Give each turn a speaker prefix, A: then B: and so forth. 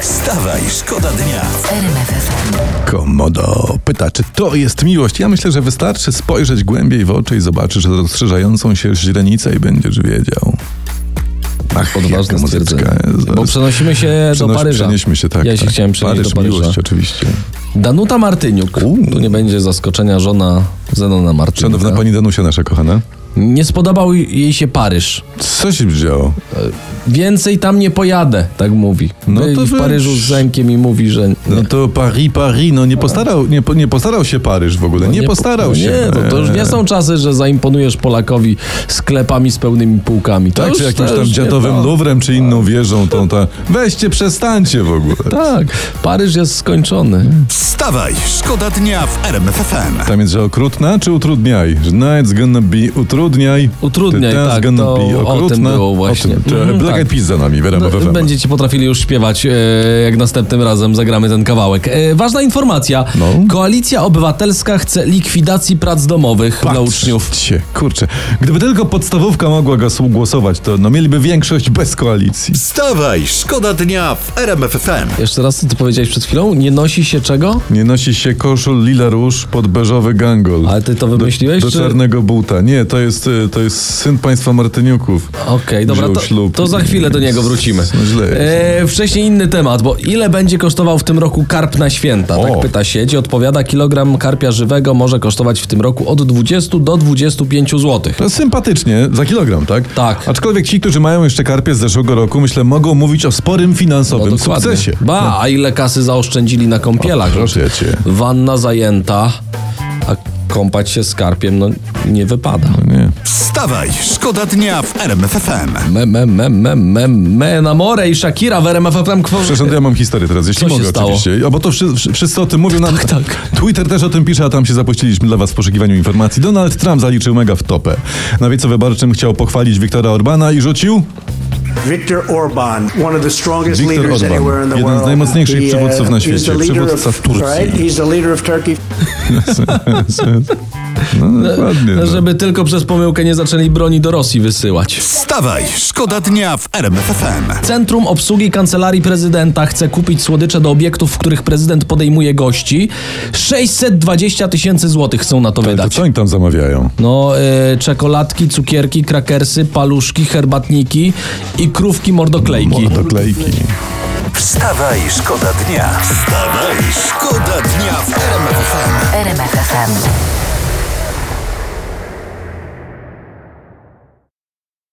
A: Wstawaj, szkoda dnia.
B: Komodo pyta, czy to jest miłość? Ja myślę, że wystarczy spojrzeć głębiej w oczy i zobaczysz rozszerzającą się źrenicę i będziesz wiedział. Ach,
C: Odważne
B: jaka muzyczka
C: No stwierdzenie.
B: jest.
C: Bo przenosimy się
B: Przenoś-
C: do Paryża.
B: Przenieśmy się, tak.
C: Ja się
B: tak.
C: chciałem przenieść
B: Paryż,
C: do Paryża.
B: miłość oczywiście.
C: Danuta Martyniuk. Tu nie będzie zaskoczenia żona Zenona Martyniuka.
B: Szanowna pani Danusia, nasza kochana.
C: Nie spodobał jej się Paryż.
B: Co się wzięło?
C: Więcej tam nie pojadę, tak mówi.
B: No
C: No
B: to
C: Byli w
B: wy-
C: Paryżu z Zenkiem i mówi, że... Nie.
B: No to Paris, Paris, no nie postarał, nie, po- nie postarał się Paryż w ogóle, nie,
C: po-
B: postarał
C: no
B: się.
C: Nie, to, to już nie są czasy, że zaimponujesz Polakowi sklepami z pełnymi półkami. To
B: Tak,
C: już,
B: czy
C: to
B: jakimś tam
C: już nie
B: dziadowym
C: to.
B: Luwrem, czy inną wieżą, tą ta. Weźcie, przestańcie w ogóle.
C: Tak, Paryż jest skończony.
A: Wstawaj, szkoda dnia w RMFFM.
B: Tam jest, że okrutna czy utrudniaj? Że Night's gonna be utrudniaj.
C: Utrudniaj,
B: Ty teraz
C: tak,
B: gonna
C: to
B: be
C: o
B: okrutna.
C: tym było właśnie.
B: O tym. To
C: Mhm,
B: Black
C: tak.
B: Eyed Peas za nami, Wera
C: No,
B: no,
C: Będziecie potrafili już śpiewać, e, jak następnym razem zagramy ten kawałek. E, ważna informacja.
B: No.
C: Koalicja Obywatelska chce likwidacji prac domowych dla uczniów.
B: Się, kurczę. Gdyby tylko podstawówka mogła go głosować, to no mieliby większość bez koalicji.
A: Wstawaj, szkoda dnia w RMFFM.
C: Jeszcze raz, co ty powiedziałeś przed chwilą? Nie nosi się czego?
B: Nie nosi się koszul lila róż pod beżowy gangol.
C: Ale ty to wymyśliłeś?
B: Do, do
C: czy-
B: czarnego buta. Nie, to jest, y, to jest syn państwa Martyniuków.
C: Okej, dobra,
B: Wziął
C: to,
B: ślub.
C: to za chwilę do niego wrócimy.
B: No źle jest.
C: E, wcześniej inny temat, bo ile będzie kosztował w tym roku karp na święta?
B: O.
C: Tak pyta sieć. Odpowiada, kilogram karpia żywego może kosztować w tym roku od 20 do 25 zł.
B: No, sympatycznie, za kilogram, tak?
C: Tak.
B: Aczkolwiek ci, którzy mają jeszcze karpie z zeszłego roku, myślę, mogą mówić o sporym
C: No,
B: finansowym No sukcesie. No.
C: Ba, a ile kasy zaoszczędzili na kąpielach?
B: Proszę cię.
C: Wanna zajęta, a kąpać się skarpiem no nie wypada.
B: Nie.
A: Wstawaj, szkoda dnia w RMFFM.
C: Me, me, me, me, me, me na more i Shakira w RMF FM
B: Przepraszam, to ja mam historię teraz, jeśli
C: Co się
B: mogę
C: stało?
B: oczywiście. O, bo to wszy, wszy- wszyscy o tym mówią. na-
C: Tak, tak.
B: Twitter też o tym pisze, a tam się zapuściliśmy dla was w poszukiwaniu informacji. Donald Trump zaliczył mega w topę. Na wiecu wyborczym chciał pochwalić Wiktora Orbana i rzucił...
D: Viktor Orban, one of the strongest
B: Viktor
D: leaders
B: Orban,
D: anywhere in the
B: jeden z
D: world.
B: najmocniejszych
D: He, uh,
B: przywódców na
D: he's the
B: świecie,
D: leader
B: przywódca
D: of-
B: w Turcji.
D: Right? He's the leader of Turkey.
B: No, dokładnie. No.
C: Żeby tylko przez pomyłkę nie zaczęli broni do Rosji wysyłać.
A: Wstawaj, szkoda dnia w RMFFM.
C: Centrum Obsługi Kancelarii Prezydenta chce kupić słodycze do obiektów, w których prezydent podejmuje gości. 620 tysięcy złotych chcą na to
B: To
C: wydać.
B: co oni tam zamawiają?
C: No, y, czekoladki, cukierki, krakersy, paluszki, herbatniki i krówki mordoklejki.
B: Doklejki.
A: Wstawaj, szkoda dnia. Wstawaj, szkoda dnia w RMFFM.
E: RMFFM.